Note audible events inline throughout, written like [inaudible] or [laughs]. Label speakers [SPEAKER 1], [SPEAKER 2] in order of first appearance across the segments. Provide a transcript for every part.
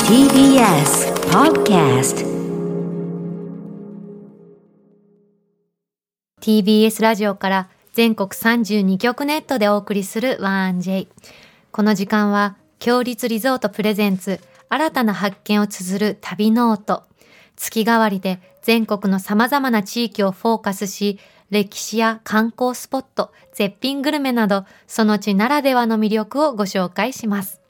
[SPEAKER 1] TBS Podcast
[SPEAKER 2] TBS ラジオから全国32局ネットでお送りする 1J この時間は強立リゾートプレゼンツ新たな発見を綴る旅ノート月替わりで全国の様々な地域をフォーカスし歴史や観光スポット絶品グルメなどその地ならではの魅力をご紹介します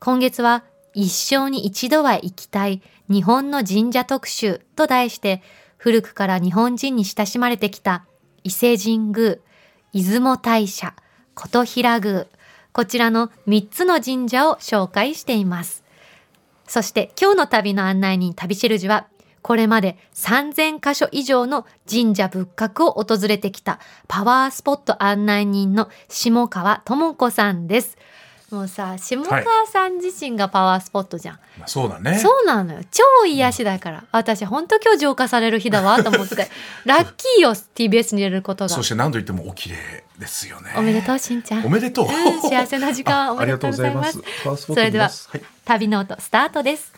[SPEAKER 2] 今月は一生に一度は行きたい日本の神社特集と題して古くから日本人に親しまれてきた伊勢神宮、出雲大社、琴平宮、こちらの3つの神社を紹介しています。そして今日の旅の案内人旅しるじは、これまで3000カ所以上の神社仏閣を訪れてきたパワースポット案内人の下川智子さんです。もうさ、下川さん自身がパワースポットじゃん。
[SPEAKER 3] まあ、そうだね。
[SPEAKER 2] そうなのよ超癒しだから私本当今日浄化される日だわと思って
[SPEAKER 3] [laughs]
[SPEAKER 2] ラッキーよ TBS に入れることが
[SPEAKER 3] そして何と言ってもお綺麗ですよね。
[SPEAKER 2] おめでとうしんちゃん
[SPEAKER 3] おめでと
[SPEAKER 2] う
[SPEAKER 3] う。
[SPEAKER 2] ん幸せな時間
[SPEAKER 3] あ
[SPEAKER 2] お
[SPEAKER 3] あ
[SPEAKER 2] め
[SPEAKER 3] り
[SPEAKER 2] で
[SPEAKER 3] が
[SPEAKER 2] とうご
[SPEAKER 3] とうご
[SPEAKER 2] ざ
[SPEAKER 3] ざ
[SPEAKER 2] い
[SPEAKER 3] い
[SPEAKER 2] ま
[SPEAKER 3] ますす。
[SPEAKER 2] それでは
[SPEAKER 3] はい。
[SPEAKER 2] 旅ノートスタートです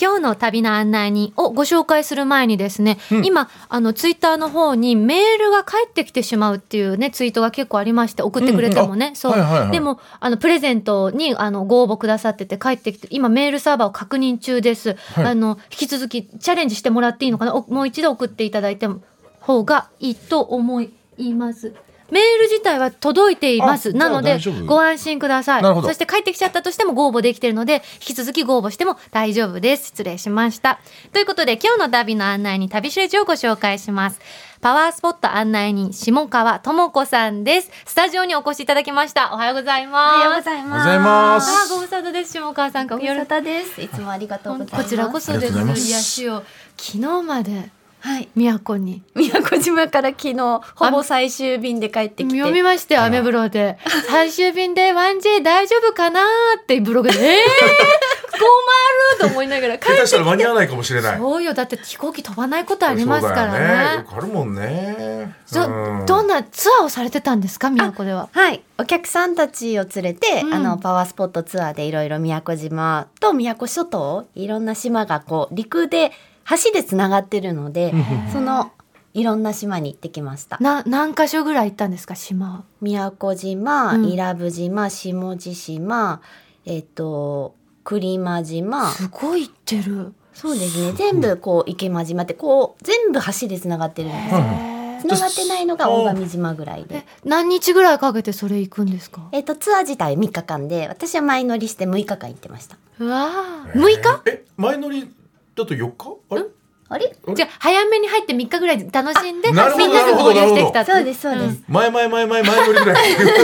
[SPEAKER 2] 今日の旅の案内人をご紹介する前にですね、
[SPEAKER 3] うん
[SPEAKER 2] 今あのツイッターの方にメールが返ってきてしまうっていうねツイートが結構ありまして送ってくれたもね、
[SPEAKER 3] うんあ
[SPEAKER 2] そう、
[SPEAKER 3] はいはいはい
[SPEAKER 2] でもあのプレゼントにあのご応募くださってて返ってきて今メールサーバーを確認中です、
[SPEAKER 3] はい
[SPEAKER 2] あの引き続きチャレンジしてもらっていいのかなおもう一度送っていただいても方がいいと思いますメール自体は届いています
[SPEAKER 3] あ
[SPEAKER 2] なので
[SPEAKER 3] じゃあ大丈夫
[SPEAKER 2] ご安心ください
[SPEAKER 3] なるほど
[SPEAKER 2] そして帰ってきちゃったとしてもご応募できてるので、引き続きご応募しても大丈夫です。失礼しました。ということで、今日の旅の案内に旅しれじをご紹介します。パワースポット案内人、下川智子さんです。スタジオにお越しいただきました。おはようござい
[SPEAKER 4] お
[SPEAKER 2] ます。
[SPEAKER 4] はようござい
[SPEAKER 3] お
[SPEAKER 4] ます。
[SPEAKER 3] はようございます。
[SPEAKER 2] あ、ご無沙汰です、下川さん。
[SPEAKER 4] ご無沙汰です。いつもありがとうございます。
[SPEAKER 2] こちらこそです。
[SPEAKER 3] ありがとうございます
[SPEAKER 2] 癒しを。昨日まで、
[SPEAKER 4] はい。
[SPEAKER 2] 宮古に。
[SPEAKER 4] 宮古島から昨日ほぼ最終便で帰ってき
[SPEAKER 2] 読み
[SPEAKER 4] て。
[SPEAKER 2] ましたよ、アメブロで。最終便で 1J 大丈夫かなーってブログで、えー、困ると思いながら帰っ
[SPEAKER 3] 下手したら間に合わないかもしれない。
[SPEAKER 2] そうよだって飛行機飛ばないことありますから
[SPEAKER 3] そうだよよ
[SPEAKER 2] ね。
[SPEAKER 3] くあるもんね。
[SPEAKER 2] じゃ
[SPEAKER 3] うん
[SPEAKER 2] どんなツアーをされてたんですか宮古では。
[SPEAKER 4] はい。お客さんたちを連れて、
[SPEAKER 2] うん
[SPEAKER 4] あの、パワースポットツアーでいろいろ宮古島と宮古諸島、いろんな島がこう、陸で、橋でつながってるので、その、いろんな島に行ってきました。
[SPEAKER 2] な何箇所ぐらい行ったんですか島は。
[SPEAKER 4] 宮古島、
[SPEAKER 2] うん
[SPEAKER 4] 伊良部島、下地島、えっと、栗間島。
[SPEAKER 2] すごい行ってる。
[SPEAKER 4] そうですね。全部こう池間島ってこう全部橋でつながってるんです
[SPEAKER 3] う
[SPEAKER 4] よ。
[SPEAKER 2] へー
[SPEAKER 4] つながってないのが大神島ぐらい
[SPEAKER 2] え
[SPEAKER 4] で。
[SPEAKER 2] 何日ぐらいかけてそれ行くんですか。
[SPEAKER 4] えっとツアー自体3日間で私は前乗りして6日間行ってました。
[SPEAKER 2] うわ
[SPEAKER 3] え
[SPEAKER 2] ー。六日？
[SPEAKER 3] え、前乗りだと4日？あれ？
[SPEAKER 4] あれ？
[SPEAKER 3] え
[SPEAKER 2] じゃあ早めに入って三日ぐらい楽しんでみん
[SPEAKER 3] な
[SPEAKER 2] な
[SPEAKER 3] るほど
[SPEAKER 2] で合流してきたって。
[SPEAKER 4] そうですそうです。
[SPEAKER 3] 前前前前前乗りぐら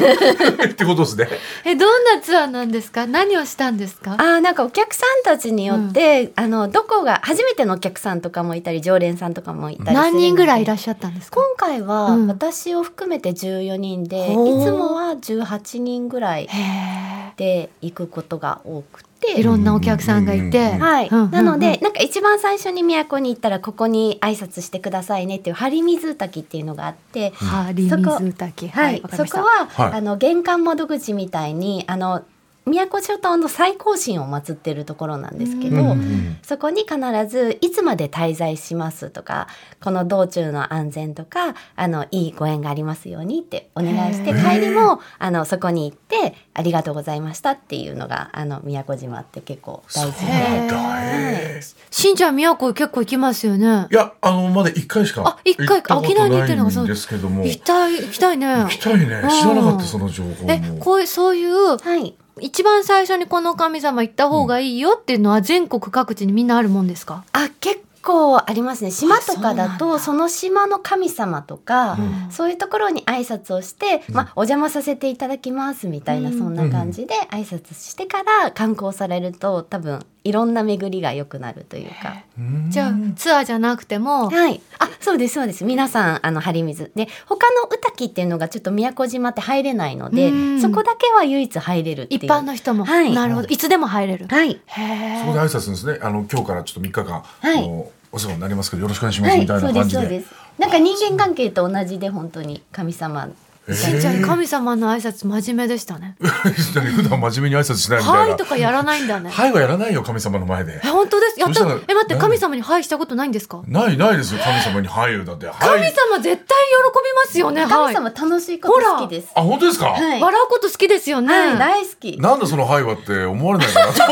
[SPEAKER 3] いってことですね。
[SPEAKER 2] えどんなツアーなんですか。何をしたんですか。
[SPEAKER 4] ああなんかお客さんたちによって、あのどこが初めてのお客さんとかもいたり常連さんとかもいたりするので
[SPEAKER 2] 何人ぐらいいらっしゃったんですか。
[SPEAKER 4] 今回は
[SPEAKER 2] うん
[SPEAKER 4] 私を含めて14人で、
[SPEAKER 2] ほう
[SPEAKER 4] いつもは18人ぐらい
[SPEAKER 2] へ
[SPEAKER 4] で行くことが多くて
[SPEAKER 2] え。いろんなお客さんがいて。
[SPEAKER 3] うん
[SPEAKER 4] はい、
[SPEAKER 2] うん
[SPEAKER 4] なの
[SPEAKER 2] うん
[SPEAKER 4] で、なんか一番最初に都に行ったらここに挨拶してくださいねっていう張り水滝っていうのがあって、
[SPEAKER 2] ハリ水滝。
[SPEAKER 4] はい
[SPEAKER 2] わかり
[SPEAKER 4] そ
[SPEAKER 2] ました
[SPEAKER 4] こは、
[SPEAKER 3] はい
[SPEAKER 4] あの玄関窓口みたいにあの都諸島の最高神を祀ってるところなんですけど。
[SPEAKER 3] うんうん
[SPEAKER 4] そこに必ずいつまで滞在しますとかこの道中の安全とかあのいいご縁がありますようにってお願いして
[SPEAKER 2] へ
[SPEAKER 3] ー
[SPEAKER 4] 帰りもあのそこに行ってありがとうございましたっていうのがあの宮古島って結構大事
[SPEAKER 3] そう
[SPEAKER 4] な
[SPEAKER 3] なんだ。
[SPEAKER 2] へー
[SPEAKER 3] えー
[SPEAKER 2] しんちゃん宮古結構行きますよね
[SPEAKER 3] い。や、あのまだ1回しか
[SPEAKER 2] あ一回か
[SPEAKER 3] 行ったこと
[SPEAKER 2] 沖縄に行ってるのがそう
[SPEAKER 3] ないんですけども。
[SPEAKER 2] 行きたい行きたいね
[SPEAKER 3] 行。きたいね。知らなかったその情報も。
[SPEAKER 2] えこういうそういう
[SPEAKER 4] はい
[SPEAKER 2] 一番最初にこの神様行った方がいいよっていうのは全国各地にみんなあるもんですか。
[SPEAKER 4] あ結構ありますね島とかだと
[SPEAKER 2] あ
[SPEAKER 4] その島の神様とか、
[SPEAKER 3] うん
[SPEAKER 4] そういうところに挨拶をして、まあ、お邪魔させていただきますみたいな、
[SPEAKER 2] うん
[SPEAKER 4] そんな感じで挨拶してから観光されると多分いろんな巡りが良くなるというか。
[SPEAKER 3] うん
[SPEAKER 2] じゃあツアーじゃなくても。
[SPEAKER 4] はい、あそうですそうです皆さんあの張水で他の宇滝っていうのがちょっと宮古島って入れないので、
[SPEAKER 2] うん
[SPEAKER 4] そこだけは唯一入れるっていう
[SPEAKER 2] 一般の人も、
[SPEAKER 4] はい
[SPEAKER 2] なるほどいつでも入れる、
[SPEAKER 4] はい
[SPEAKER 2] へ
[SPEAKER 3] そこで
[SPEAKER 2] え
[SPEAKER 3] 挨拶するんですね。あの今日からちょっと3日間、
[SPEAKER 4] い
[SPEAKER 3] あのお世話になりますけどよろしくお願いしま
[SPEAKER 4] は
[SPEAKER 3] す
[SPEAKER 4] い
[SPEAKER 3] みたい
[SPEAKER 4] そ
[SPEAKER 3] な
[SPEAKER 4] うで
[SPEAKER 3] 感
[SPEAKER 4] す
[SPEAKER 3] じ
[SPEAKER 4] そう
[SPEAKER 3] で
[SPEAKER 4] で。すなんか人間関係と同じで本当に神様
[SPEAKER 2] しんちゃん神様の挨拶真面目でしたね。
[SPEAKER 3] 何 [laughs] 普段真面目に挨拶しないみたい
[SPEAKER 2] は
[SPEAKER 3] な。
[SPEAKER 2] いとかやらないんだね。
[SPEAKER 3] はいはやらないよ、神様の前で
[SPEAKER 2] え。本当です。やっ
[SPEAKER 3] そ
[SPEAKER 2] た。
[SPEAKER 3] した
[SPEAKER 2] え
[SPEAKER 3] ら
[SPEAKER 2] 待って
[SPEAKER 3] 何
[SPEAKER 2] 神様にはいしたことないんですか。
[SPEAKER 3] ないないですよ、神様に。はいよ、だって。
[SPEAKER 2] 神
[SPEAKER 3] はい。
[SPEAKER 2] 様絶対喜びますよね。は
[SPEAKER 4] 神
[SPEAKER 2] い。
[SPEAKER 4] 様楽しいこと好きです。
[SPEAKER 3] あ、本当ですか
[SPEAKER 4] はい。はい、
[SPEAKER 2] 笑うこと好きですよね。
[SPEAKER 4] 大好き。
[SPEAKER 3] なんだそのはいはって思われない
[SPEAKER 2] [laughs]
[SPEAKER 3] かなと。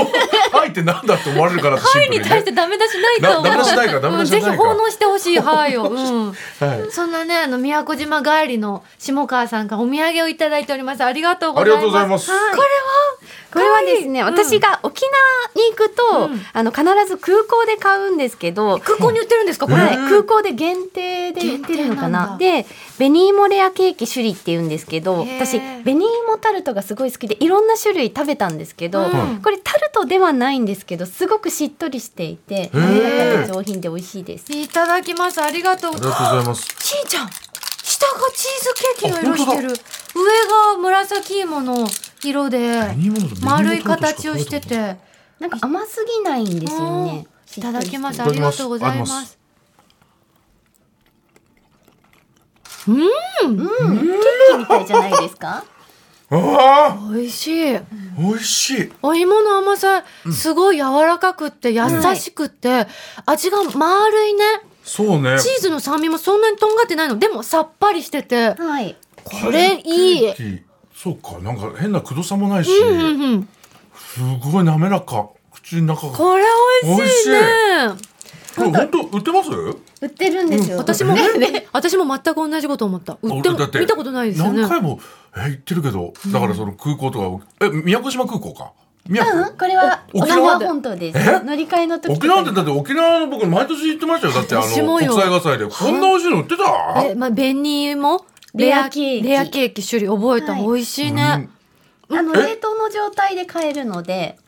[SPEAKER 3] はいってなんだって思われるからってシン
[SPEAKER 2] はい
[SPEAKER 3] プル
[SPEAKER 2] に
[SPEAKER 3] に
[SPEAKER 2] 対し
[SPEAKER 3] ね。
[SPEAKER 2] てダメ出しないと思う。
[SPEAKER 3] なダメ出しないからダメ出しないから
[SPEAKER 2] うんぜひ奉納してほし [laughs] い。はいを。うん。
[SPEAKER 3] はい。
[SPEAKER 2] [laughs] そんなね、あの宮古島帰りの下川さんからお土産をいただいております。ありがとうございます。
[SPEAKER 3] ありがとうございます
[SPEAKER 2] は
[SPEAKER 3] はい
[SPEAKER 2] これ
[SPEAKER 4] これはですね、
[SPEAKER 2] かわいい
[SPEAKER 4] 私が沖縄に行くと、
[SPEAKER 2] うん
[SPEAKER 4] あの必ず空港で買うんですけど、
[SPEAKER 2] 空港に売ってるんですか、これ。
[SPEAKER 4] はい、
[SPEAKER 3] えー
[SPEAKER 4] 空港で限定で売ってるのかな
[SPEAKER 2] 限
[SPEAKER 4] で紅芋レアケーキ種類って言うんですけど
[SPEAKER 2] へー
[SPEAKER 4] 私紅芋タルトがすごい好きでいろんな種類食べたんですけど、
[SPEAKER 2] うん
[SPEAKER 4] これタルトではないんですけどすごくしっとりしていて
[SPEAKER 3] ー
[SPEAKER 4] 滑らかで上品で美味しいです
[SPEAKER 2] いただきます。ありがとう
[SPEAKER 3] あり。がとうございます。
[SPEAKER 2] しんちゃん、下がチーズケーキの色してる。上
[SPEAKER 3] あ
[SPEAKER 2] が紫芋の色で、丸い形をしてて。
[SPEAKER 4] なんか甘すぎないんですよ
[SPEAKER 2] うん
[SPEAKER 4] ね
[SPEAKER 2] いただきます。
[SPEAKER 4] しっ
[SPEAKER 2] あ
[SPEAKER 4] とり
[SPEAKER 2] りがとうございま
[SPEAKER 3] いただきますす。
[SPEAKER 4] してみたいじゃないですか
[SPEAKER 3] ああ
[SPEAKER 2] 美味しい。
[SPEAKER 3] 美味しい。
[SPEAKER 2] お芋の甘さ、すごい柔らかくって、優しくって、味が丸いね。
[SPEAKER 3] そうね。
[SPEAKER 2] チーズの酸味もそんなにとんがってないの。でもさっぱりしてて、
[SPEAKER 4] はい
[SPEAKER 2] これいい。
[SPEAKER 3] そうか、なんか変なくどさもないし、
[SPEAKER 2] うんうんうん。
[SPEAKER 3] すごい滑らか。口の中が。こ
[SPEAKER 2] これ美味しいね。
[SPEAKER 3] れ本当売ってます？
[SPEAKER 4] 売ってるんですよ、
[SPEAKER 2] 私も、私も全く同じこと思った。売っても
[SPEAKER 3] 俺だて
[SPEAKER 2] 見たことないですよね。
[SPEAKER 3] 何回もえ行ってるけど、だからその空港とかえ宮古島空港か。宮古
[SPEAKER 4] うん、これは
[SPEAKER 3] お
[SPEAKER 4] 沖
[SPEAKER 3] 沖
[SPEAKER 4] 縄
[SPEAKER 3] 縄
[SPEAKER 4] 本島です
[SPEAKER 3] え
[SPEAKER 4] 乗り換えの時
[SPEAKER 3] 沖縄ってだって沖縄の僕毎年行ってましたよ。だってあの
[SPEAKER 2] 私も
[SPEAKER 3] 国
[SPEAKER 2] よ
[SPEAKER 3] 際映画祭でこんな美味しいの売って
[SPEAKER 2] え、まあ、紅芋
[SPEAKER 4] レアケーキ
[SPEAKER 2] レアケーキ種類覚えた。
[SPEAKER 4] はい
[SPEAKER 2] 美味しいね。
[SPEAKER 3] た。うん
[SPEAKER 4] あの
[SPEAKER 3] え
[SPEAKER 4] 冷凍の状態で買えるので、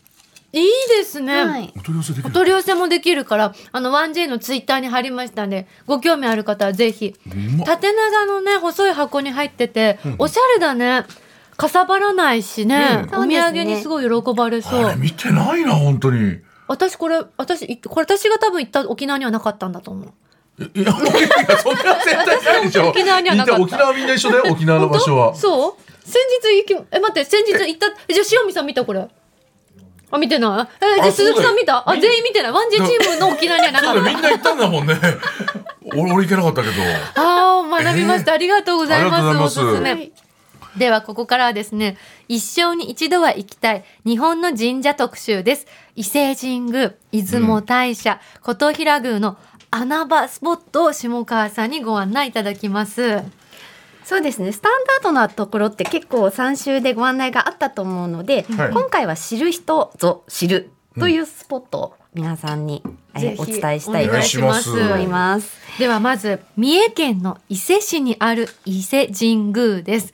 [SPEAKER 2] いいですね。
[SPEAKER 4] はい、
[SPEAKER 3] お取り寄せでき
[SPEAKER 2] お
[SPEAKER 3] る。
[SPEAKER 2] 取り寄せもできるから、あの、1J のツイッターに貼りましたんで、ご興味ある方はぜひ。
[SPEAKER 3] うまっ
[SPEAKER 2] 縦長のね、細い箱に入ってて、おしゃれだね。かさばらないし
[SPEAKER 4] う
[SPEAKER 2] ね、
[SPEAKER 4] ん
[SPEAKER 2] お土
[SPEAKER 4] そうで
[SPEAKER 2] 産
[SPEAKER 4] すね
[SPEAKER 2] にすごい喜ばれそう。
[SPEAKER 3] あれ見てないな本当に。
[SPEAKER 2] 私これ、私、いこれ私が多分行った沖縄にはなかったんだと思う。
[SPEAKER 3] いや、いやそんな絶対ないでしょ。
[SPEAKER 2] 沖縄にはなかった
[SPEAKER 3] みん沖縄みんな一緒だよ、沖縄の場所は。
[SPEAKER 2] そう先日行き、え、待って、先日行った、えじゃあ塩見さん見たこれ。あ、見てないえ、じゃあ
[SPEAKER 3] あそ
[SPEAKER 2] 鈴
[SPEAKER 3] うだよ
[SPEAKER 2] 木さん見たあ、全員見てない。ワンジェチームの沖縄にはなか
[SPEAKER 3] そ
[SPEAKER 2] っ
[SPEAKER 3] うだよみんな行ったんだもんね。俺、俺行けなかったけど。
[SPEAKER 2] た。ああ、学びました。ありがとうございます。
[SPEAKER 3] ありがとう
[SPEAKER 2] お
[SPEAKER 3] ご
[SPEAKER 2] す
[SPEAKER 3] ざいます
[SPEAKER 2] すめ。ではここからはですね一生に一度は行きたい日本の神社特集です伊勢神宮出雲大社、琴平宮の穴場スポットを下川さんにご案内いただきます
[SPEAKER 4] そうですねスタンダードなところって結構3週でご案内があったと思うので、
[SPEAKER 3] はい
[SPEAKER 4] 今回は知る人ぞ知るというスポットを皆さんに、え
[SPEAKER 2] ぜ
[SPEAKER 4] ー
[SPEAKER 2] ひ
[SPEAKER 4] お伝えしたい
[SPEAKER 2] お
[SPEAKER 4] と
[SPEAKER 2] 願い
[SPEAKER 3] 願い
[SPEAKER 2] し
[SPEAKER 3] し
[SPEAKER 2] ま
[SPEAKER 3] ますす
[SPEAKER 4] 思います。
[SPEAKER 2] ではまず三重県の伊勢市にある伊勢神宮です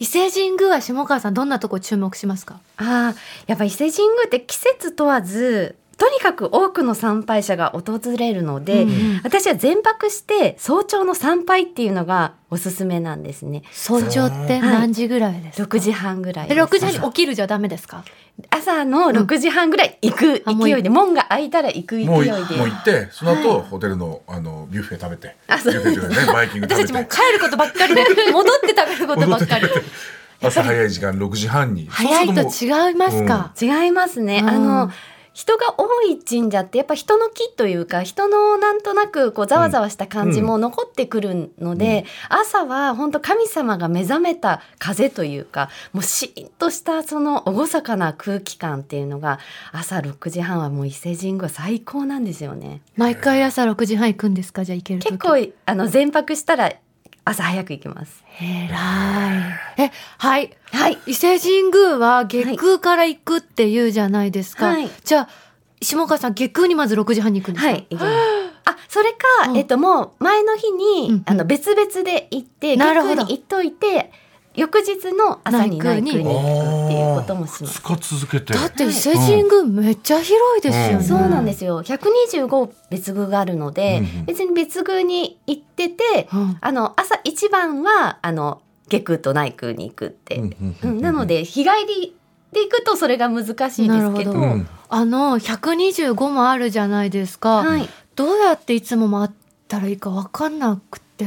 [SPEAKER 2] 伊勢神宮は下川さんどんなとこ注目しますか
[SPEAKER 4] ああやっぱ伊勢神宮って季節問わずとにかく多くの参拝者が訪れるので、
[SPEAKER 2] うんうん
[SPEAKER 4] 私は全泊して早朝の参拝っていうのがおすすめなんですね。
[SPEAKER 2] 早朝って何時ぐらいですか、
[SPEAKER 4] 6時半ぐらい
[SPEAKER 2] え
[SPEAKER 4] です。
[SPEAKER 2] 6時半に起きるじゃダメですか
[SPEAKER 4] 朝の6時半ぐらい行く
[SPEAKER 2] あもう
[SPEAKER 4] 勢いで、門が開いたら行く勢いで
[SPEAKER 3] もう、もう行って、その後、ホテルの、あの、ビュッフェ食べて。ビ
[SPEAKER 4] あそう
[SPEAKER 3] ュッフェっていうかね、バイキング
[SPEAKER 2] 私た
[SPEAKER 3] 食
[SPEAKER 2] ち
[SPEAKER 3] べ
[SPEAKER 2] もう
[SPEAKER 3] て。
[SPEAKER 2] 帰ることばっか [laughs] りで戻って食べることばっかり
[SPEAKER 3] 朝早い時間、6時半に。
[SPEAKER 2] 早いと
[SPEAKER 3] そうする
[SPEAKER 2] 違いますか、
[SPEAKER 4] 違いますね。
[SPEAKER 2] うん
[SPEAKER 4] あの人が多い神社ってやっぱ人の気というか人のなんとなくこうざわざわした感じも残ってくるので、朝は本当神様が目覚めた風というかもうシーンとしたその厳かな空気感っていうのが朝6時半はもう伊勢神宮最高なんですよね。
[SPEAKER 2] 毎回朝6時半行くんですかじゃあ行ける時
[SPEAKER 4] 結構あの全泊したら朝早く行きます。
[SPEAKER 2] えらいえはい
[SPEAKER 4] はい。
[SPEAKER 2] 伊勢神宮は月空から行くっていうじゃないですか、
[SPEAKER 4] はい
[SPEAKER 2] じゃあ下川さん月空にまず6時半に行くんです
[SPEAKER 4] は
[SPEAKER 2] か、
[SPEAKER 4] い。行きますあ、それか、
[SPEAKER 2] うん
[SPEAKER 4] えっと、もう前の日に、
[SPEAKER 2] うんうん
[SPEAKER 4] あの別々で行って、
[SPEAKER 2] なるほ
[SPEAKER 4] 空
[SPEAKER 2] ど
[SPEAKER 4] に行っといて、翌日の朝に内
[SPEAKER 2] 内宮
[SPEAKER 4] 宮
[SPEAKER 2] に
[SPEAKER 4] に行くっていうこともします。
[SPEAKER 3] と。2日続けて。
[SPEAKER 2] だって伊勢神宮めっちゃ広いですよね、
[SPEAKER 3] うん
[SPEAKER 4] そうなんですよ。125別宮があるので、
[SPEAKER 3] うんうん
[SPEAKER 4] 別に別宮に行ってて、
[SPEAKER 2] うん
[SPEAKER 4] あの朝一番はあの下宮と内宮に行くって、
[SPEAKER 3] う
[SPEAKER 4] うん
[SPEAKER 3] うんうんうん
[SPEAKER 4] んなので日帰りで行くとそれが難しいで
[SPEAKER 2] なる
[SPEAKER 4] す
[SPEAKER 2] ほ
[SPEAKER 4] け
[SPEAKER 2] ど
[SPEAKER 4] ど、
[SPEAKER 3] うん
[SPEAKER 2] あの125もあるじじゃないですか、
[SPEAKER 4] はい。
[SPEAKER 2] どうやっていつも回ったらいいか分かんなくて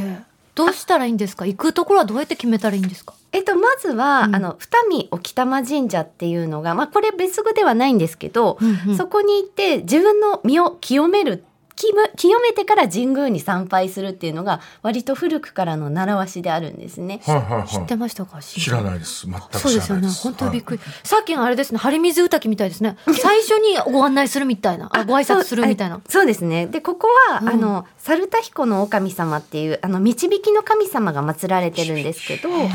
[SPEAKER 2] どうしたらいいんですか行くところはどうやって決めたらいいんですか
[SPEAKER 4] えっと、まずは、
[SPEAKER 2] うん
[SPEAKER 4] あの二見沖玉神社っていうのが、まあ、これ別具ではないんですけど、
[SPEAKER 2] そ
[SPEAKER 4] そこに行って自分の身を清める清め清めてから神宮に参拝するっていうのが割と古くからの習わしであるんですね。
[SPEAKER 3] はいはい
[SPEAKER 2] 知っ
[SPEAKER 3] は
[SPEAKER 2] てましたか
[SPEAKER 3] い。知らないです。全く知らないです。
[SPEAKER 2] そうですよね本当にびっ
[SPEAKER 3] り。
[SPEAKER 2] くり、さっきのあれですね張り水うたきみたいですね最初にご案内するみたいなあご挨拶するみたいな
[SPEAKER 4] あそうえそうですねでここは、
[SPEAKER 2] うん
[SPEAKER 4] あの猿田彦の狼様っていうあの導きの神様が祀られてるんですけど
[SPEAKER 3] はい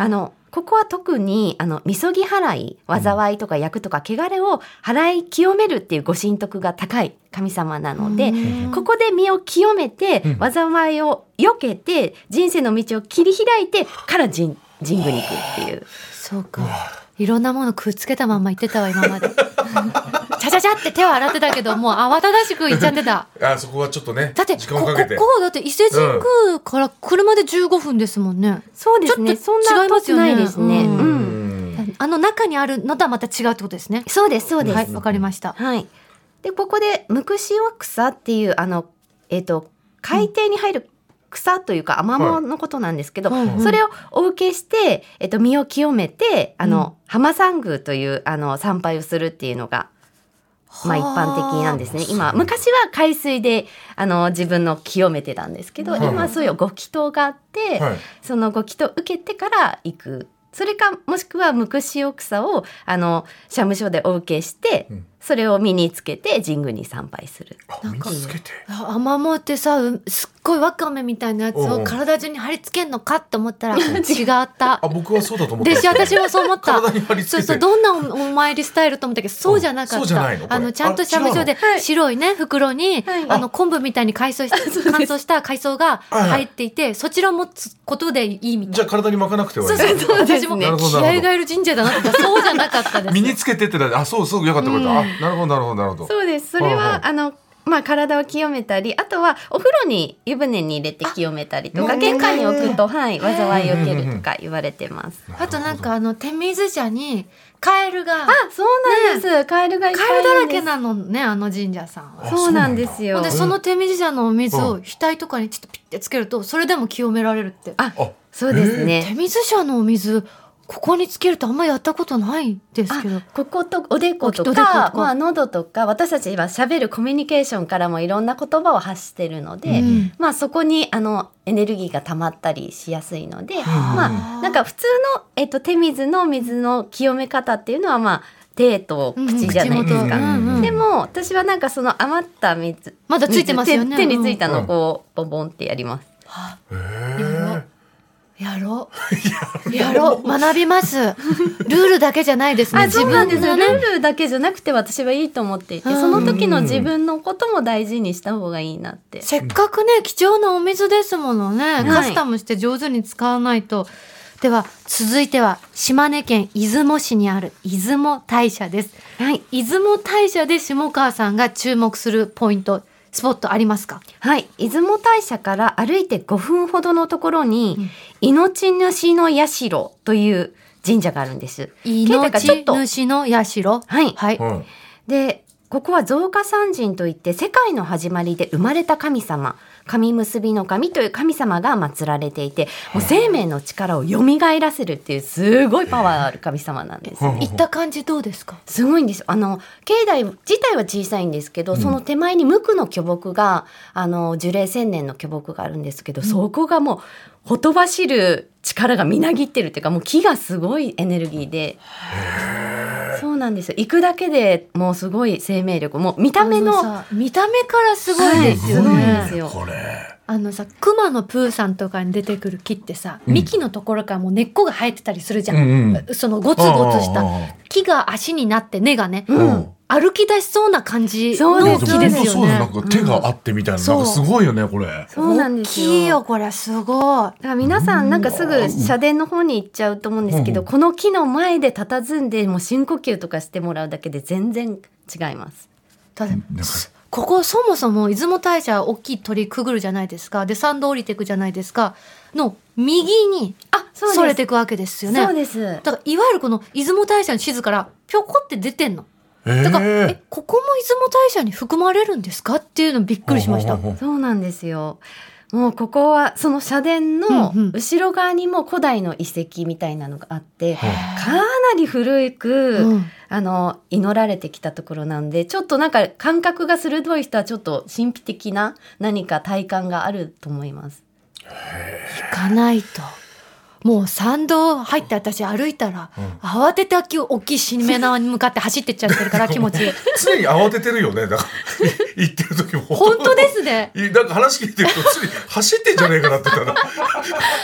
[SPEAKER 4] あのここは特にあのみそぎ払い災いとか厄とか汚れを払い清めるっていうご神徳が高い神様なので、
[SPEAKER 2] うん
[SPEAKER 4] ここで身を清めて、
[SPEAKER 3] うん
[SPEAKER 4] 災いを避けて人生の道を切り開いてから神神宮に行くっていう
[SPEAKER 2] そうかいろんなものくっつけたまんま言ってたわ今までちゃちゃちゃって手を洗ってたけどもう慌ただしく行っちゃってた
[SPEAKER 3] あそこはちょっとね。
[SPEAKER 2] だって
[SPEAKER 3] [laughs] 時
[SPEAKER 2] こ
[SPEAKER 3] 間を
[SPEAKER 2] こ
[SPEAKER 3] かけて。
[SPEAKER 2] ここだって伊勢神宮から車で15分ですもんね、
[SPEAKER 4] そうですね
[SPEAKER 2] ちょ
[SPEAKER 4] そ
[SPEAKER 2] っ
[SPEAKER 4] んな
[SPEAKER 2] と違いますよね
[SPEAKER 4] 遠くないですね、
[SPEAKER 2] うん
[SPEAKER 4] うん
[SPEAKER 3] うん
[SPEAKER 2] あの中にあるのとはまた違うってことですね
[SPEAKER 4] そうですそうです、
[SPEAKER 2] はいわかりました
[SPEAKER 4] はい。で、ここで、ムクシオ草っていう、あの、えっ、と、海底に入る草というか、アマモのことなんですけど、
[SPEAKER 2] はいうんうん
[SPEAKER 4] それをお受けして、えっ、と、身を清めて、あの、浜山宮という、あの、参拝をするっていうのが、まあ一般的なんですね。今、昔は海水で、あの、自分の清めてたんですけど、
[SPEAKER 3] はい
[SPEAKER 4] 今そういうご祈祷があって、
[SPEAKER 3] はい。
[SPEAKER 4] そのご祈祷受けてから行く。それか、もしくは、むくしお草を、あの、社務所でお受けして、
[SPEAKER 3] うん
[SPEAKER 4] それを身につけて神宮に参拝する。
[SPEAKER 3] あ
[SPEAKER 2] なんか
[SPEAKER 3] 身につけて。
[SPEAKER 2] あアマモってさうすっごいワカメみたいなやつ
[SPEAKER 3] うんう
[SPEAKER 2] を
[SPEAKER 3] ん
[SPEAKER 2] 体中に貼り付けんのかって思ったら違った
[SPEAKER 3] [laughs] あ僕はそうだと思って
[SPEAKER 2] でし
[SPEAKER 3] ました。
[SPEAKER 2] 私もそう思った
[SPEAKER 3] 体に貼り
[SPEAKER 2] そう
[SPEAKER 3] 付けて。
[SPEAKER 2] そうどんなおお参りスタイルと思ったけどそうじゃなか
[SPEAKER 3] うん
[SPEAKER 2] っ
[SPEAKER 3] そうじゃ
[SPEAKER 2] た、
[SPEAKER 3] ないのこれ
[SPEAKER 2] あのちゃんとしゃぶしょうで
[SPEAKER 3] あ
[SPEAKER 4] 違うの
[SPEAKER 2] 白いね袋に、
[SPEAKER 4] はい
[SPEAKER 2] あの昆布みたいに乾燥し乾燥した海藻が
[SPEAKER 3] はい
[SPEAKER 2] 入っていてそちらを持つことでいいみ
[SPEAKER 3] じ
[SPEAKER 2] たい
[SPEAKER 3] ゃあ
[SPEAKER 2] な
[SPEAKER 3] 体に巻かなくてはいい。
[SPEAKER 4] そうですね
[SPEAKER 2] 私も
[SPEAKER 3] なるほど
[SPEAKER 2] 気合がいる神社だな
[SPEAKER 3] [laughs]
[SPEAKER 2] とかそうじゃなかったです
[SPEAKER 3] 身につけてってだあそうそうよかったよかった。あなるほどなるほどなるほど。
[SPEAKER 4] そうです。それ
[SPEAKER 3] はいはい
[SPEAKER 4] は、あの、まあ、体を清めたり、あとは、お風呂に湯船に入れて清めたりと
[SPEAKER 3] あ
[SPEAKER 4] か、
[SPEAKER 3] なる
[SPEAKER 4] 玄
[SPEAKER 3] ほどね
[SPEAKER 4] 関に置くと、はい、災いを受けるとか言われてます。
[SPEAKER 2] あとなんかあの手水舎にカエルが
[SPEAKER 4] あ、そうなんです。カエルがいっぱ
[SPEAKER 2] カエ
[SPEAKER 4] いい
[SPEAKER 2] ル
[SPEAKER 4] る
[SPEAKER 2] だら
[SPEAKER 4] んで
[SPEAKER 2] け
[SPEAKER 4] す。
[SPEAKER 2] なのねあの神社さんは。
[SPEAKER 3] あ
[SPEAKER 4] そうなんですよ
[SPEAKER 2] ほんで。その手水舎のお水
[SPEAKER 3] う
[SPEAKER 2] を額とかにちょっとピッてつけるとそれでも清められるって
[SPEAKER 4] あ
[SPEAKER 3] あ
[SPEAKER 4] そうですね。
[SPEAKER 2] 手水舎のお水ここにつけるとあんまやったことないですけど
[SPEAKER 4] こことおでことか
[SPEAKER 2] おでことか
[SPEAKER 4] まあ、喉とか私たちはしゃべるコミュニケーションからもいろんな言葉を発してるので、
[SPEAKER 2] うん
[SPEAKER 4] まあ、そこにあのエネルギーが溜まったりしやすいので、まあ、なんか普通の、えっと、手水の水の清め方っていうのは、まあ、手と口じゃないです
[SPEAKER 2] うん口元
[SPEAKER 4] か。
[SPEAKER 2] うんうん
[SPEAKER 4] でも私はなんかその余った水
[SPEAKER 2] まだついてますよね
[SPEAKER 4] 水手手についたの
[SPEAKER 3] うん
[SPEAKER 4] をこうボンボンってやります。
[SPEAKER 3] へ
[SPEAKER 2] やろや
[SPEAKER 3] え。
[SPEAKER 2] ろうやろう学びますルールだけじゃないですね
[SPEAKER 4] あそうなんです
[SPEAKER 2] 自
[SPEAKER 4] よ
[SPEAKER 2] 分
[SPEAKER 4] ル
[SPEAKER 2] のね
[SPEAKER 4] ールだけじゃなくて私はいいと思っていて
[SPEAKER 2] うん
[SPEAKER 4] その時の自分のことも大事にした方がいいなって。
[SPEAKER 2] せっかくね貴重なお水ですものね、
[SPEAKER 4] い
[SPEAKER 2] カスタムして上手に使わないとでは続いては島根県出雲市にある出雲大社です
[SPEAKER 4] はい
[SPEAKER 2] 出雲大社で下川さんが注目するポイントスポットありますか
[SPEAKER 4] はい、出雲大社から歩いて5分ほどのところに、
[SPEAKER 2] うん
[SPEAKER 4] 命主の社という神社があるんです。ケイタがちょっ
[SPEAKER 2] 命
[SPEAKER 4] と
[SPEAKER 2] 主の社
[SPEAKER 4] はい。
[SPEAKER 2] はい、
[SPEAKER 3] はい。
[SPEAKER 4] で、ここは造花山神といって、世界の始まりで生まれた神様、神結びの神という神様が祀られていて、もう生命の力を蘇らせるっていう、すごいパワーある神様なんです。
[SPEAKER 2] 行った感じどうですか
[SPEAKER 4] すごいんですよあの境内自体は小さいんですけど、その手前に無垢の巨木があの樹齢千年の巨木があるんですけど、そこがもうほとばしる力がみなぎってるっていうかもう木がすごいエネルギーで。そうなんですよ行くだけでもうすごい生命力もう見た目
[SPEAKER 2] あ
[SPEAKER 4] の
[SPEAKER 2] さ見た目からすごいですよ
[SPEAKER 4] すごい
[SPEAKER 2] ね、
[SPEAKER 4] んですよ
[SPEAKER 3] これ。
[SPEAKER 2] あのさ熊のプーさんとかに出てくる木ってさ、幹のところからもう根っこが生えてたりするじゃん、
[SPEAKER 3] うんうん
[SPEAKER 2] そのゴツゴツし
[SPEAKER 3] あ
[SPEAKER 2] た
[SPEAKER 3] あああ
[SPEAKER 2] 木が足になって根がね、
[SPEAKER 3] うん
[SPEAKER 2] 歩き出しそうな感じ
[SPEAKER 4] そう
[SPEAKER 2] の
[SPEAKER 4] です
[SPEAKER 2] 木ですよ
[SPEAKER 3] そうだ
[SPEAKER 2] ね
[SPEAKER 3] なんか手があってみたいな、なんかすごいよねこれ。
[SPEAKER 4] そうなんですよ
[SPEAKER 2] 大きいよこれすごい
[SPEAKER 4] だから皆さんなんかすぐ社殿の方に行っちゃうと思うんですけど、
[SPEAKER 3] うん
[SPEAKER 4] この木の前で佇んでもう深呼吸とかしてもらうだけで全然違います。
[SPEAKER 2] ただ
[SPEAKER 3] なんか
[SPEAKER 2] ここそもそも出雲大社大きい鳥居くぐるじゃないですかで参道降りていくじゃないですかの右に
[SPEAKER 4] あそうです
[SPEAKER 2] それていくわけですよね
[SPEAKER 4] そうです
[SPEAKER 2] だからいわゆるこの出雲大社の地図からぴょこって出てんの
[SPEAKER 3] え
[SPEAKER 2] だから、えここも出雲大社に含まれるんですかっていうのびっくりしました
[SPEAKER 3] ほうほうほう
[SPEAKER 4] そうなんですよ。もうここはその社殿の
[SPEAKER 2] うんうん
[SPEAKER 4] 後ろ側にも古代の遺跡みたいなのがあって、
[SPEAKER 3] はい
[SPEAKER 4] かなり古く、
[SPEAKER 2] うん
[SPEAKER 4] あの祈られてきたところなんでちょっとなんか感覚が鋭い人はちょっと神秘的な何か体感があると思います。
[SPEAKER 2] 行かないと。もう参道入って私歩いたら、
[SPEAKER 3] うん
[SPEAKER 2] 慌てて大きい大きいしめ縄に向かって走ってっちゃってるから気持
[SPEAKER 3] [laughs]
[SPEAKER 2] ちいい。
[SPEAKER 3] 常に慌ててるよねだから [laughs] 行ってる時も
[SPEAKER 2] 本当です
[SPEAKER 3] [laughs]
[SPEAKER 2] ね。
[SPEAKER 3] いなんか話聞いてると常に走ってんじゃねえかなって言ったら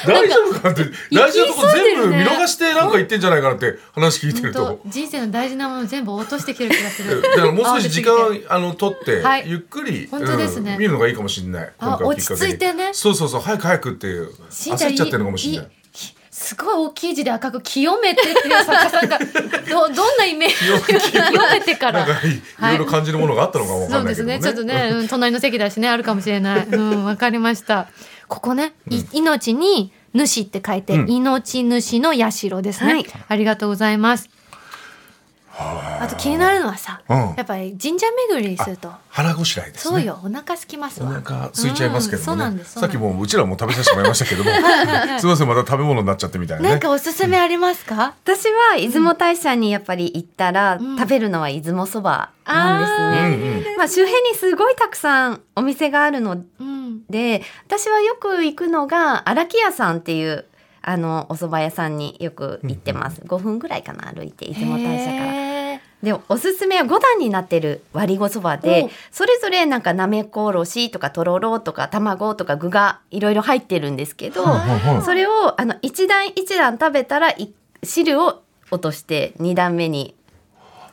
[SPEAKER 3] 大丈夫かなって大事なとこ全部見逃してなんか言ってんじゃないかなって話聞いて
[SPEAKER 2] 本
[SPEAKER 3] ると
[SPEAKER 2] 当。人生の大事なもの全部落としてきてる気がす
[SPEAKER 3] だ
[SPEAKER 2] る。
[SPEAKER 3] からもう少し時間
[SPEAKER 2] 慌てすぎて
[SPEAKER 3] あの取って、
[SPEAKER 2] はい
[SPEAKER 3] ゆっくり、
[SPEAKER 2] 本当ですね
[SPEAKER 3] うん見るのがいいかもしれない。
[SPEAKER 2] あ
[SPEAKER 3] 今回をきっかけ
[SPEAKER 2] 落ち
[SPEAKER 3] に
[SPEAKER 2] 着いてね
[SPEAKER 3] そうそうそう早く早くっていう
[SPEAKER 2] 死
[SPEAKER 3] 焦
[SPEAKER 2] んだ
[SPEAKER 3] っちゃ
[SPEAKER 2] ら
[SPEAKER 3] ってるのかもしれない。
[SPEAKER 2] きすごい大きい字で赤く清めてっていう作家さん
[SPEAKER 3] [laughs]
[SPEAKER 2] がどどんなイメージ
[SPEAKER 3] 清めて
[SPEAKER 2] 清めてから
[SPEAKER 3] なん。かいい
[SPEAKER 2] はい
[SPEAKER 3] いろいろ感じるものがあったのかもわ
[SPEAKER 2] そ
[SPEAKER 3] か
[SPEAKER 2] うん
[SPEAKER 3] な
[SPEAKER 2] です
[SPEAKER 3] いけども
[SPEAKER 2] ね
[SPEAKER 3] ね。
[SPEAKER 2] ちょっとね、うん、隣の席だしねあるかもしれない。
[SPEAKER 3] [laughs]
[SPEAKER 2] うんわかりました。ここね、い命に主って書いて、
[SPEAKER 3] うん
[SPEAKER 2] 命主の社ですね、
[SPEAKER 4] はい
[SPEAKER 2] ありがとうございます。あと気になるのはさ、
[SPEAKER 3] うん
[SPEAKER 2] やっぱり神社巡りすると、
[SPEAKER 3] 腹ごしらえですね。
[SPEAKER 2] そうよお腹空きます
[SPEAKER 3] お
[SPEAKER 2] わ。
[SPEAKER 3] 腹空いちゃいますけ
[SPEAKER 2] う
[SPEAKER 3] どもね、
[SPEAKER 2] んそうなんです。
[SPEAKER 3] さっき
[SPEAKER 2] [laughs] そうなんで
[SPEAKER 3] もううちらも食べさせてもらいましたけどもすいませんまた食べ物になっちゃってみたい
[SPEAKER 2] す
[SPEAKER 3] なね
[SPEAKER 2] なんかおすすめありますか？
[SPEAKER 4] 私は出雲大社にやっぱり行ったら、
[SPEAKER 2] ん
[SPEAKER 4] 食べるのは出雲そばなんですね。
[SPEAKER 3] うんうん
[SPEAKER 4] まあ周辺にすごいたくさんお店があるの
[SPEAKER 2] うん。
[SPEAKER 4] で私はよく行くのが荒木屋さんっていうあのお蕎麦屋さんによく行ってます、5分ぐらいかな歩いて出雲大社から。
[SPEAKER 2] へー
[SPEAKER 4] でおすすめは5段になってる割りごそば
[SPEAKER 2] お
[SPEAKER 4] でそれぞれなんかなめこおろしとかとろろとか卵とか具がいろいろ入ってるんですけど
[SPEAKER 3] はいはい
[SPEAKER 4] それをあの1段1段食べたらい汁を落として2段目に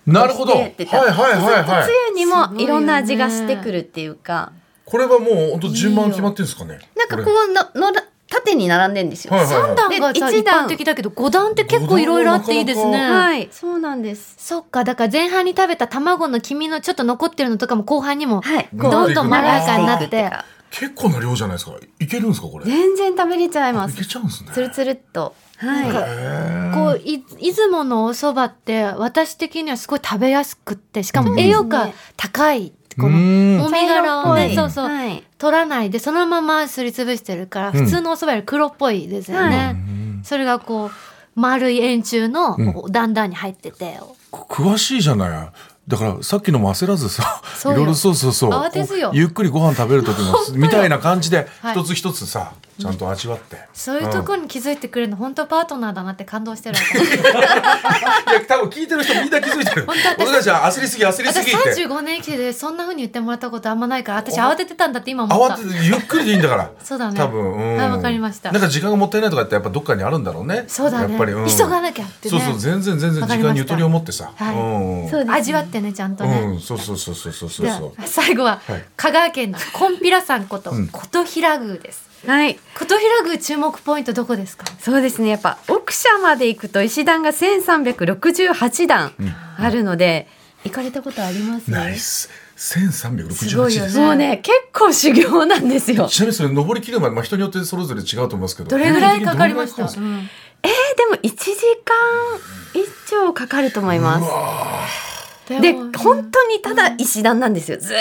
[SPEAKER 3] なるほどは
[SPEAKER 4] 落
[SPEAKER 3] い
[SPEAKER 4] としてってた
[SPEAKER 3] はいはいはい
[SPEAKER 4] つゆに
[SPEAKER 2] す
[SPEAKER 4] も
[SPEAKER 2] ごいよね
[SPEAKER 4] いろんな味がしてくるっていうか、
[SPEAKER 3] これはもう本当順番決まってるんですかね
[SPEAKER 4] なんかこうののら縦に並んでんですよ。
[SPEAKER 3] はいはい
[SPEAKER 2] 三段がさ
[SPEAKER 4] で
[SPEAKER 2] 一
[SPEAKER 4] 一段
[SPEAKER 2] 般的だけど五段って結構いろいろあっていいです
[SPEAKER 3] 五
[SPEAKER 2] ね。
[SPEAKER 3] 段
[SPEAKER 4] はい、そうなんです。
[SPEAKER 2] そっかだから前半に食べた卵の黄身のちょっと残ってるのとかも後半にも
[SPEAKER 4] はい、
[SPEAKER 3] どんどん
[SPEAKER 4] こう
[SPEAKER 3] まろやかになって
[SPEAKER 4] 流れいくいうか
[SPEAKER 3] 結構な量じゃないですかいけるんですかこれい
[SPEAKER 4] 全然食べれちゃいま
[SPEAKER 3] け
[SPEAKER 4] す。
[SPEAKER 3] ちゃうんですね
[SPEAKER 4] つるつるっと。はい。
[SPEAKER 2] なんかこうい出雲のお蕎麦って私的にはすごい食べやすくってしかも栄養価高い、このもみ殻を
[SPEAKER 3] 茶色っぽ
[SPEAKER 2] ね
[SPEAKER 3] い
[SPEAKER 2] そうそう、
[SPEAKER 4] はい
[SPEAKER 2] 取らないでそのまますりつぶしてるから
[SPEAKER 3] うん
[SPEAKER 2] 普通のお蕎麦より黒っぽいですよ
[SPEAKER 4] は
[SPEAKER 2] ね、それがこう丸い円柱の
[SPEAKER 3] ん
[SPEAKER 2] こう段々に入ってて、
[SPEAKER 3] 詳しいじゃないだからさっきのも焦らずさい
[SPEAKER 2] そうよ
[SPEAKER 3] ろいろそうそうそう
[SPEAKER 2] 慌てずよ
[SPEAKER 3] こうゆっくりご飯食べる時もみたいな感じで
[SPEAKER 2] はい
[SPEAKER 3] 一つ一つさちゃんと味わって
[SPEAKER 2] そういうとこに気づいてくれるの本当パートナーだなって感動してる私
[SPEAKER 3] いや多分聞いてる人みんな気づいて
[SPEAKER 2] [laughs]
[SPEAKER 3] る
[SPEAKER 2] 本当私
[SPEAKER 3] 俺たちは焦りすぎ焦りすぎ
[SPEAKER 2] 私
[SPEAKER 3] って
[SPEAKER 2] 35年生きててそんな風に言ってもらったことあんまないから私慌ててたんだって今思った
[SPEAKER 3] 慌ててゆっくりでいいんだから
[SPEAKER 2] そうだね
[SPEAKER 3] 多分うん
[SPEAKER 2] はいわかりました
[SPEAKER 3] なんか時間がもったいないとかってやっぱどっかにあるんだろうね
[SPEAKER 2] そうだね
[SPEAKER 3] やっぱり、うん、
[SPEAKER 2] 急がなきゃってね
[SPEAKER 3] そうそう全然全然
[SPEAKER 2] わか
[SPEAKER 3] 時
[SPEAKER 2] りました
[SPEAKER 3] 間にゆとりを持ってさ、
[SPEAKER 2] はい
[SPEAKER 3] うん
[SPEAKER 4] そうです
[SPEAKER 2] 味わってねちゃんとね、
[SPEAKER 3] うん、そうそうそうそうそうそう
[SPEAKER 2] で
[SPEAKER 3] そ
[SPEAKER 2] は
[SPEAKER 3] う
[SPEAKER 2] 最後は、
[SPEAKER 3] はい
[SPEAKER 2] 香川県のコンピラさんこと
[SPEAKER 3] うん
[SPEAKER 2] 琴平宮です
[SPEAKER 4] はい。
[SPEAKER 2] 琴平宮注目ポイントどこですか
[SPEAKER 4] そうですね。やっぱ奥社まで行くと石段が1368段あるので、行かれたことあります
[SPEAKER 3] ナイス1368
[SPEAKER 2] すごいよ
[SPEAKER 3] です
[SPEAKER 2] ね
[SPEAKER 4] もうね、結構修行なんですよ。
[SPEAKER 3] ちなみにそれ登りきるまで、まあ、人によってそれぞれ違うと思いますけど
[SPEAKER 2] どれぐらいかかりました、
[SPEAKER 3] どれぐらいかかるんです
[SPEAKER 2] うん
[SPEAKER 4] えー、でも1時間以上かかると思います。で、
[SPEAKER 2] でも
[SPEAKER 4] 本当にただ石段なんですよ。ずー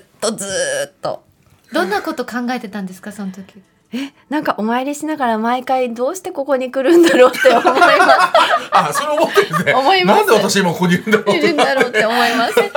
[SPEAKER 4] っとずーっと。
[SPEAKER 2] どんなこと考えてたんですかその時
[SPEAKER 4] え、なんかお参りしながら毎回どうしてここに来るんだろうって思い [laughs] ます。
[SPEAKER 3] あそれ思ってるね
[SPEAKER 4] 思います
[SPEAKER 3] なんで私今ここにいるんだろう
[SPEAKER 4] いるんだろうって思い [laughs] ます。でも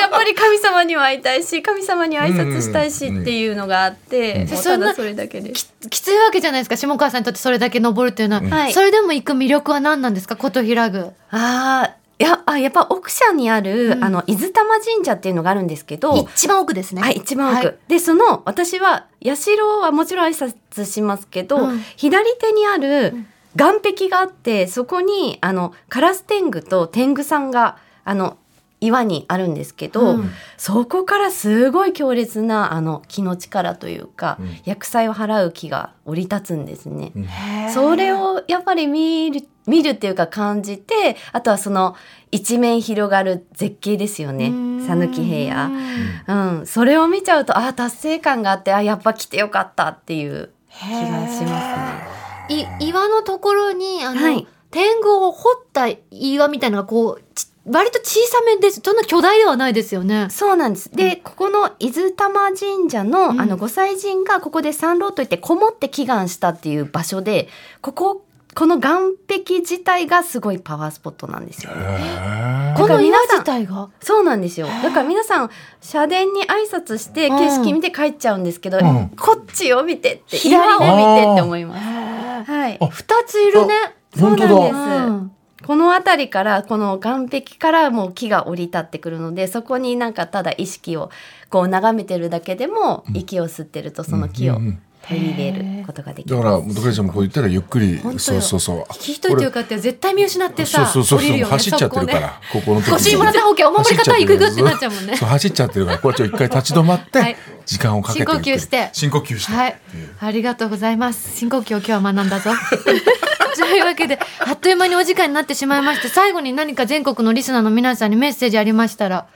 [SPEAKER 4] やっぱり神様には会いたいし、神様に挨拶したいしっていうのがあって、もうただそれだけで。
[SPEAKER 2] ききついわけじゃないですか下川さんにとってそれだけ登るっていうのは、
[SPEAKER 4] はい
[SPEAKER 2] それでも行く魅力は何なんですか琴平宮
[SPEAKER 4] ああ、いや、あ、やっぱ奥社にある、
[SPEAKER 2] うん
[SPEAKER 4] あの、伊豆玉神社っていうのがあるんですけど、
[SPEAKER 2] 一番奥ですね
[SPEAKER 4] はい、一番奥。
[SPEAKER 2] はい
[SPEAKER 4] で、その、私は、社はもちろん挨拶しますけど、
[SPEAKER 2] うん
[SPEAKER 4] 左手にある岸壁があって、そこに、あの、カラス天狗と天狗さんが、あの、岩にあるんですけど、
[SPEAKER 2] うん
[SPEAKER 4] そこからすごい強烈なあの気の力というか、
[SPEAKER 3] うん
[SPEAKER 4] 厄災を払う気が降り立つんですね。
[SPEAKER 2] へー
[SPEAKER 4] それをやっぱり見る見るっていうか感じてあとはその一面広がる絶景ですよね讃岐平野。うん、それを見ちゃうとああ達成感があってあやっぱ来てよかったっていう気がしますね。
[SPEAKER 2] い岩のところにあの、
[SPEAKER 4] はい
[SPEAKER 2] 天狗を掘った岩みたいなのがこうち割と小さめです。そんな巨大ではないですよね。
[SPEAKER 4] そうなんです。で、ここの伊豆玉神社の、
[SPEAKER 2] うん
[SPEAKER 4] あの御祭神がここで参老といってこもって祈願したっていう場所で、こここの岩壁自体がすごいパワースポットなんですよ。だから
[SPEAKER 2] この岩
[SPEAKER 4] 皆さん
[SPEAKER 2] 自体が。
[SPEAKER 4] そうなんですよ。だから皆さん社殿に挨拶して
[SPEAKER 2] うん
[SPEAKER 4] 景色見て帰っちゃうんですけど、
[SPEAKER 3] うん
[SPEAKER 4] こっちを見てって
[SPEAKER 2] 左
[SPEAKER 4] 左を見てって思います。はい。
[SPEAKER 3] あ
[SPEAKER 2] 二ついるね。
[SPEAKER 4] そうなん
[SPEAKER 3] 本当
[SPEAKER 4] で
[SPEAKER 3] だ
[SPEAKER 4] す。この辺りからこの岩壁からもう木が降り立ってくるのでそこになんかただ意識をこう眺めてるだけでも息を吸ってるとその木を
[SPEAKER 3] うんうんうん
[SPEAKER 4] 取り入れることができ
[SPEAKER 3] だ
[SPEAKER 4] る、
[SPEAKER 3] から元カちゃんもこう言ったらゆっくり
[SPEAKER 2] 本当よ
[SPEAKER 3] そうそうそう
[SPEAKER 2] 聞き取りというかって絶対見失って
[SPEAKER 3] そう
[SPEAKER 2] さ、
[SPEAKER 3] そうそう
[SPEAKER 2] 降り
[SPEAKER 3] そう
[SPEAKER 2] るよね
[SPEAKER 3] 走っちゃってるか。らここの時
[SPEAKER 2] そこね腰もらった方がお守り方いくぐってなっちゃうもんね
[SPEAKER 3] そう。走っちゃってるからこっちを一回立ち止まっ
[SPEAKER 2] は
[SPEAKER 3] て
[SPEAKER 2] い
[SPEAKER 3] 時間をかけて
[SPEAKER 2] 深呼吸して
[SPEAKER 3] 深呼吸して
[SPEAKER 2] はい、ありがとうございます。深呼吸を今日は学んだぞ。 [laughs] というわけで、あっという間にお時間になってしまいまして、最後に何か全国のリスナーの皆さんにメッセージありましたら、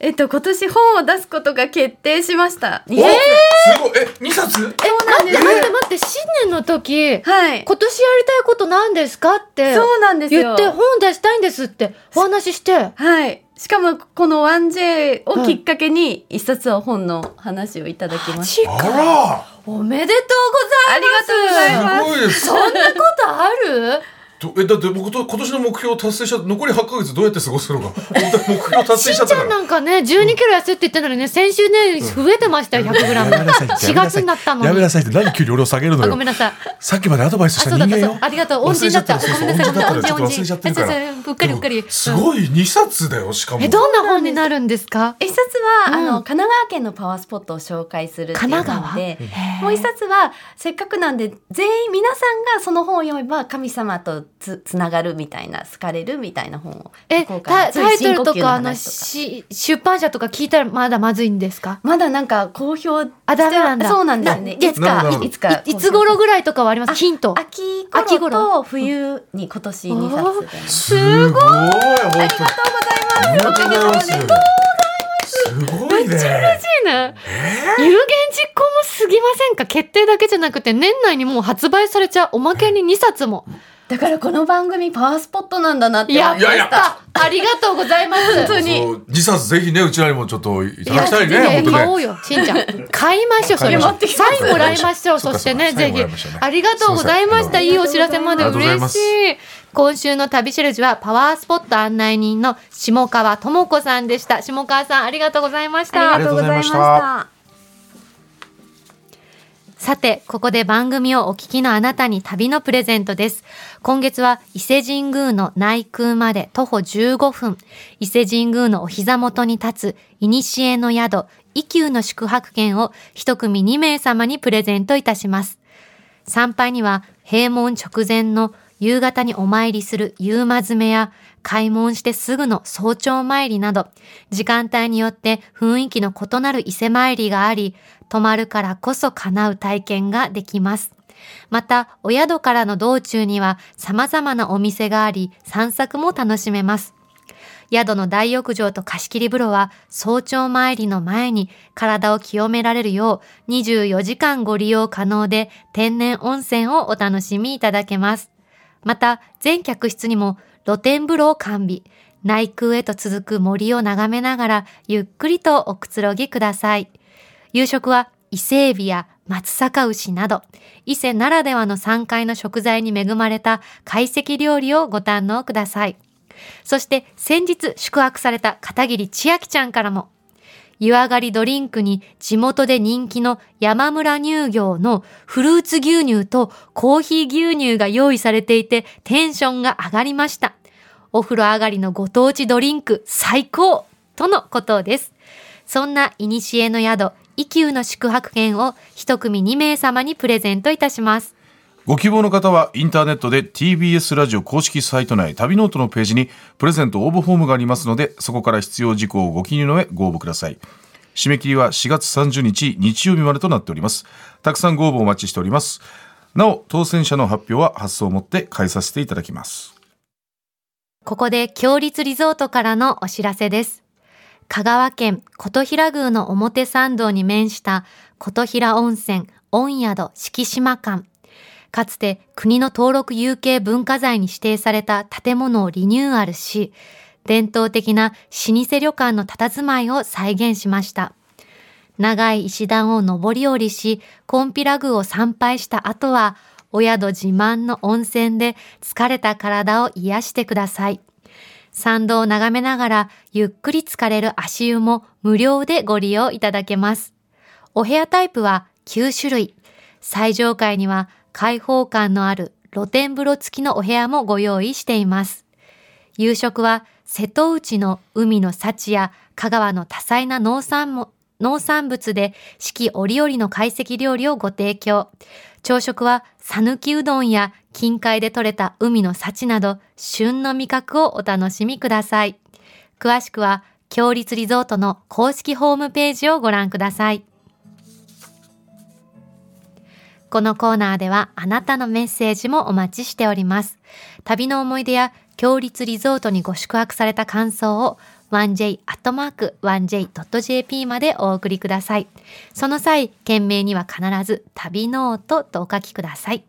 [SPEAKER 4] えっと今年本を出すことが決定しました。
[SPEAKER 3] お
[SPEAKER 4] 二冊
[SPEAKER 3] すごいえ二冊
[SPEAKER 2] そうなんです。待って待って、新年の時、
[SPEAKER 4] はい。
[SPEAKER 2] 今年やりたいことなんですかって
[SPEAKER 4] そうなんです
[SPEAKER 2] 言
[SPEAKER 4] よ。
[SPEAKER 2] って、本出したいんですってお話しして、
[SPEAKER 4] はい。しかもこの 1J をきっかけに一冊を本の話をいただきました。
[SPEAKER 3] あ
[SPEAKER 2] おめでとう
[SPEAKER 4] ありがとうございます
[SPEAKER 3] ら。すごいです
[SPEAKER 2] ございます。そんなことある
[SPEAKER 3] どえだって僕と今年の目標を達成した残り8ヶ月どうやって過ごすのか本当に目標達成しちゃっ
[SPEAKER 2] ち
[SPEAKER 3] た
[SPEAKER 2] ゃ
[SPEAKER 3] か
[SPEAKER 2] ん
[SPEAKER 3] ら
[SPEAKER 2] なんかね、12キロ痩せって言ってんのにね、先週ね、増えてましたよ、100グラム。4月になったの
[SPEAKER 3] やめ
[SPEAKER 2] に。
[SPEAKER 3] なさいって何給料俺を下げるの
[SPEAKER 2] あ、
[SPEAKER 3] よ
[SPEAKER 2] ごめんなさい。
[SPEAKER 3] さっきまでアドバイスした人間よ
[SPEAKER 2] あそうだったそうありがとう恩人だった
[SPEAKER 3] 忘れちゃ
[SPEAKER 2] ごめんなさい
[SPEAKER 3] そうそう
[SPEAKER 2] 恩人
[SPEAKER 3] 恩人ちょっと忘れちゃってるか
[SPEAKER 2] 恩人
[SPEAKER 3] ら
[SPEAKER 2] 恩人うっかりうっかり
[SPEAKER 3] でもすごい2冊だよしかも
[SPEAKER 2] え、どんな本になるんですか
[SPEAKER 4] 一冊は、
[SPEAKER 2] うん
[SPEAKER 4] あの神奈川県のパワースポットを紹介するっていう
[SPEAKER 2] 神奈
[SPEAKER 4] 本
[SPEAKER 2] 川
[SPEAKER 4] でもう一冊はせっかくなんで全員皆さんがその本を読めば神様とつつながるみたいな好かれるみたいな本を
[SPEAKER 2] え、
[SPEAKER 4] 書こうか
[SPEAKER 2] タ
[SPEAKER 4] なそうい
[SPEAKER 2] タ
[SPEAKER 4] う
[SPEAKER 2] イトルと
[SPEAKER 4] 深呼吸の
[SPEAKER 2] か、あの、
[SPEAKER 4] 話とか
[SPEAKER 2] し出版社とか聞いたらまだまずいんですか
[SPEAKER 4] まだなんか好評
[SPEAKER 2] あダメなんだ
[SPEAKER 4] そうなんですよね
[SPEAKER 2] ない
[SPEAKER 4] つ
[SPEAKER 3] なる
[SPEAKER 4] か
[SPEAKER 3] ほど
[SPEAKER 4] いつか
[SPEAKER 2] いいつ頃ぐらいとかはありますヒント。
[SPEAKER 4] 秋
[SPEAKER 2] 秋
[SPEAKER 4] 頃
[SPEAKER 2] 頃
[SPEAKER 4] と冬に今年2冊
[SPEAKER 2] お
[SPEAKER 4] で
[SPEAKER 3] すごい本当にありがとうございますすごいね
[SPEAKER 2] いね。有言実行もすぎませんか決定だけじゃなくて、年内にもう発売されちゃうおまけに2冊も。
[SPEAKER 4] だからこの番組パワースポットなんだなって思い
[SPEAKER 2] や
[SPEAKER 4] ま
[SPEAKER 2] っ
[SPEAKER 4] した
[SPEAKER 3] いやいや
[SPEAKER 2] たありがとうございます。本当
[SPEAKER 3] そう2冊ぜひねうちらにもちょっといただきたい
[SPEAKER 2] いや
[SPEAKER 3] ね
[SPEAKER 2] ぜひ
[SPEAKER 3] 本当
[SPEAKER 2] 買
[SPEAKER 3] ね
[SPEAKER 2] おうよ、しんちゃん。買いましょう、それ
[SPEAKER 3] 買いま
[SPEAKER 2] は
[SPEAKER 3] し。
[SPEAKER 4] ょう
[SPEAKER 2] サインもらいましょう、
[SPEAKER 3] そ
[SPEAKER 2] そう
[SPEAKER 3] か
[SPEAKER 2] し
[SPEAKER 3] そ
[SPEAKER 2] て
[SPEAKER 3] うか
[SPEAKER 2] ね、
[SPEAKER 3] サイ
[SPEAKER 2] ぜ
[SPEAKER 3] ンも
[SPEAKER 2] ひ
[SPEAKER 3] らいましたね。
[SPEAKER 2] ありがとうございました。
[SPEAKER 3] す
[SPEAKER 2] い
[SPEAKER 3] い
[SPEAKER 2] いお知らせまで
[SPEAKER 3] ありがとうござい
[SPEAKER 2] 嬉
[SPEAKER 3] ま
[SPEAKER 2] し
[SPEAKER 3] す
[SPEAKER 2] い。今週の旅しるじは、パワースポット案内人の下川智子さんでした。下川さん、ありがとうございました。
[SPEAKER 4] ありがとうございまし
[SPEAKER 3] ありがとうござ
[SPEAKER 4] た。
[SPEAKER 2] さて、ここで番組をお聞きのあなたに旅のプレゼントです。今月は伊勢神宮の内宮まで徒歩15分、伊勢神宮のお膝元に立つ、古の宿、伊宮の宿泊券を一組2名様にプレゼントいたします。参拝には閉門直前の夕方にお参りする夕間詰めや開門してすぐの早朝参りなど時間帯によって雰囲気の異なる伊勢参りがあり泊まるからこそ叶う体験ができます。またお宿からの道中には様々なお店があり散策も楽しめます。宿の大浴場と貸し切り風呂は早朝参りの前に体を清められるよう24時間ご利用可能で天然温泉をお楽しみいただけます。また全客室にも露天風呂を完備。内宮へと続く森を眺めながらゆっくりとおくつろぎください。夕食は伊勢海老や松阪牛など、伊勢ならではの山海の食材に恵まれた懐石料理をご堪能ください。そして先日宿泊された片桐千秋ちゃんからも、湯上がりドリンクに地元で人気の山村乳業のフルーツ牛乳とコーヒー牛乳が用意されていてテンションが上がりました。お風呂上がりのご当地ドリンク最高とのことです。そんな古の宿、伊宮の宿泊券を一組2名様にプレゼントいたします。
[SPEAKER 5] ご希望の方はインターネットで TBS ラジオ公式サイト内旅ノートのページにプレゼント応募フォームがありますのでそこから必要事項をご記入の上ご応募ください締め切りは4月30日日曜日までとなっておりますたくさんご応募お待ちしておりますなお当選者の発表は発送をもって返させていただきます
[SPEAKER 2] ここで強立リゾートからのお知らせです。香川県琴平宮の表参道に面した琴平温泉温宿敷島館。かつて国の登録有形文化財に指定された建物をリニューアルし、伝統的な老舗旅館の佇まいを再現しました。長い石段を上り下りし、コンピラ宮を参拝した後は、お宿自慢の温泉で疲れた体を癒してください。参道を眺めながらゆっくり疲れる足湯も無料でご利用いただけます。お部屋タイプは9種類。最上階には開放感のある露天風呂付きのお部屋もご用意しています。夕食は瀬戸内の海の幸や香川の多彩な農産も農産物で四季折々の懐石料理をご提供。朝食は讃岐うどんや近海で採れた海の幸など旬の味覚をお楽しみください。詳しくは、強立リゾートの公式ホームページをご覧ください。このコーナーではあなたのメッセージもお待ちしております。旅の思い出や強立リゾートにご宿泊された感想を 1j.1j.jp までお送りください。その際、件名には必ず旅ノートとお書きください。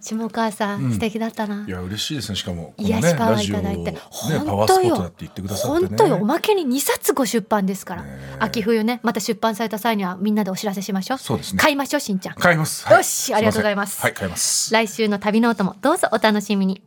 [SPEAKER 2] 下川さん、素敵だったな。
[SPEAKER 5] いや嬉しいですねしかもこの
[SPEAKER 2] 癒
[SPEAKER 5] ね
[SPEAKER 2] しパワ
[SPEAKER 5] ラ
[SPEAKER 2] ーい
[SPEAKER 5] ジオ
[SPEAKER 2] た
[SPEAKER 5] を
[SPEAKER 2] だいて、
[SPEAKER 5] ねパ
[SPEAKER 2] 本
[SPEAKER 5] ワー
[SPEAKER 2] 当
[SPEAKER 5] スポットだ
[SPEAKER 2] よ
[SPEAKER 5] って言ってくださってね
[SPEAKER 2] 本当よおまけに2冊ご出版ですから、
[SPEAKER 5] ねえ
[SPEAKER 2] 秋冬ねまた出版された際にはみんなでお知らせしましょう
[SPEAKER 5] そうですね
[SPEAKER 2] 買いましょうしんちゃん
[SPEAKER 5] 買います
[SPEAKER 2] よしありがとうございます
[SPEAKER 5] はい買います
[SPEAKER 2] 来週の旅ノートもどうぞお楽しみに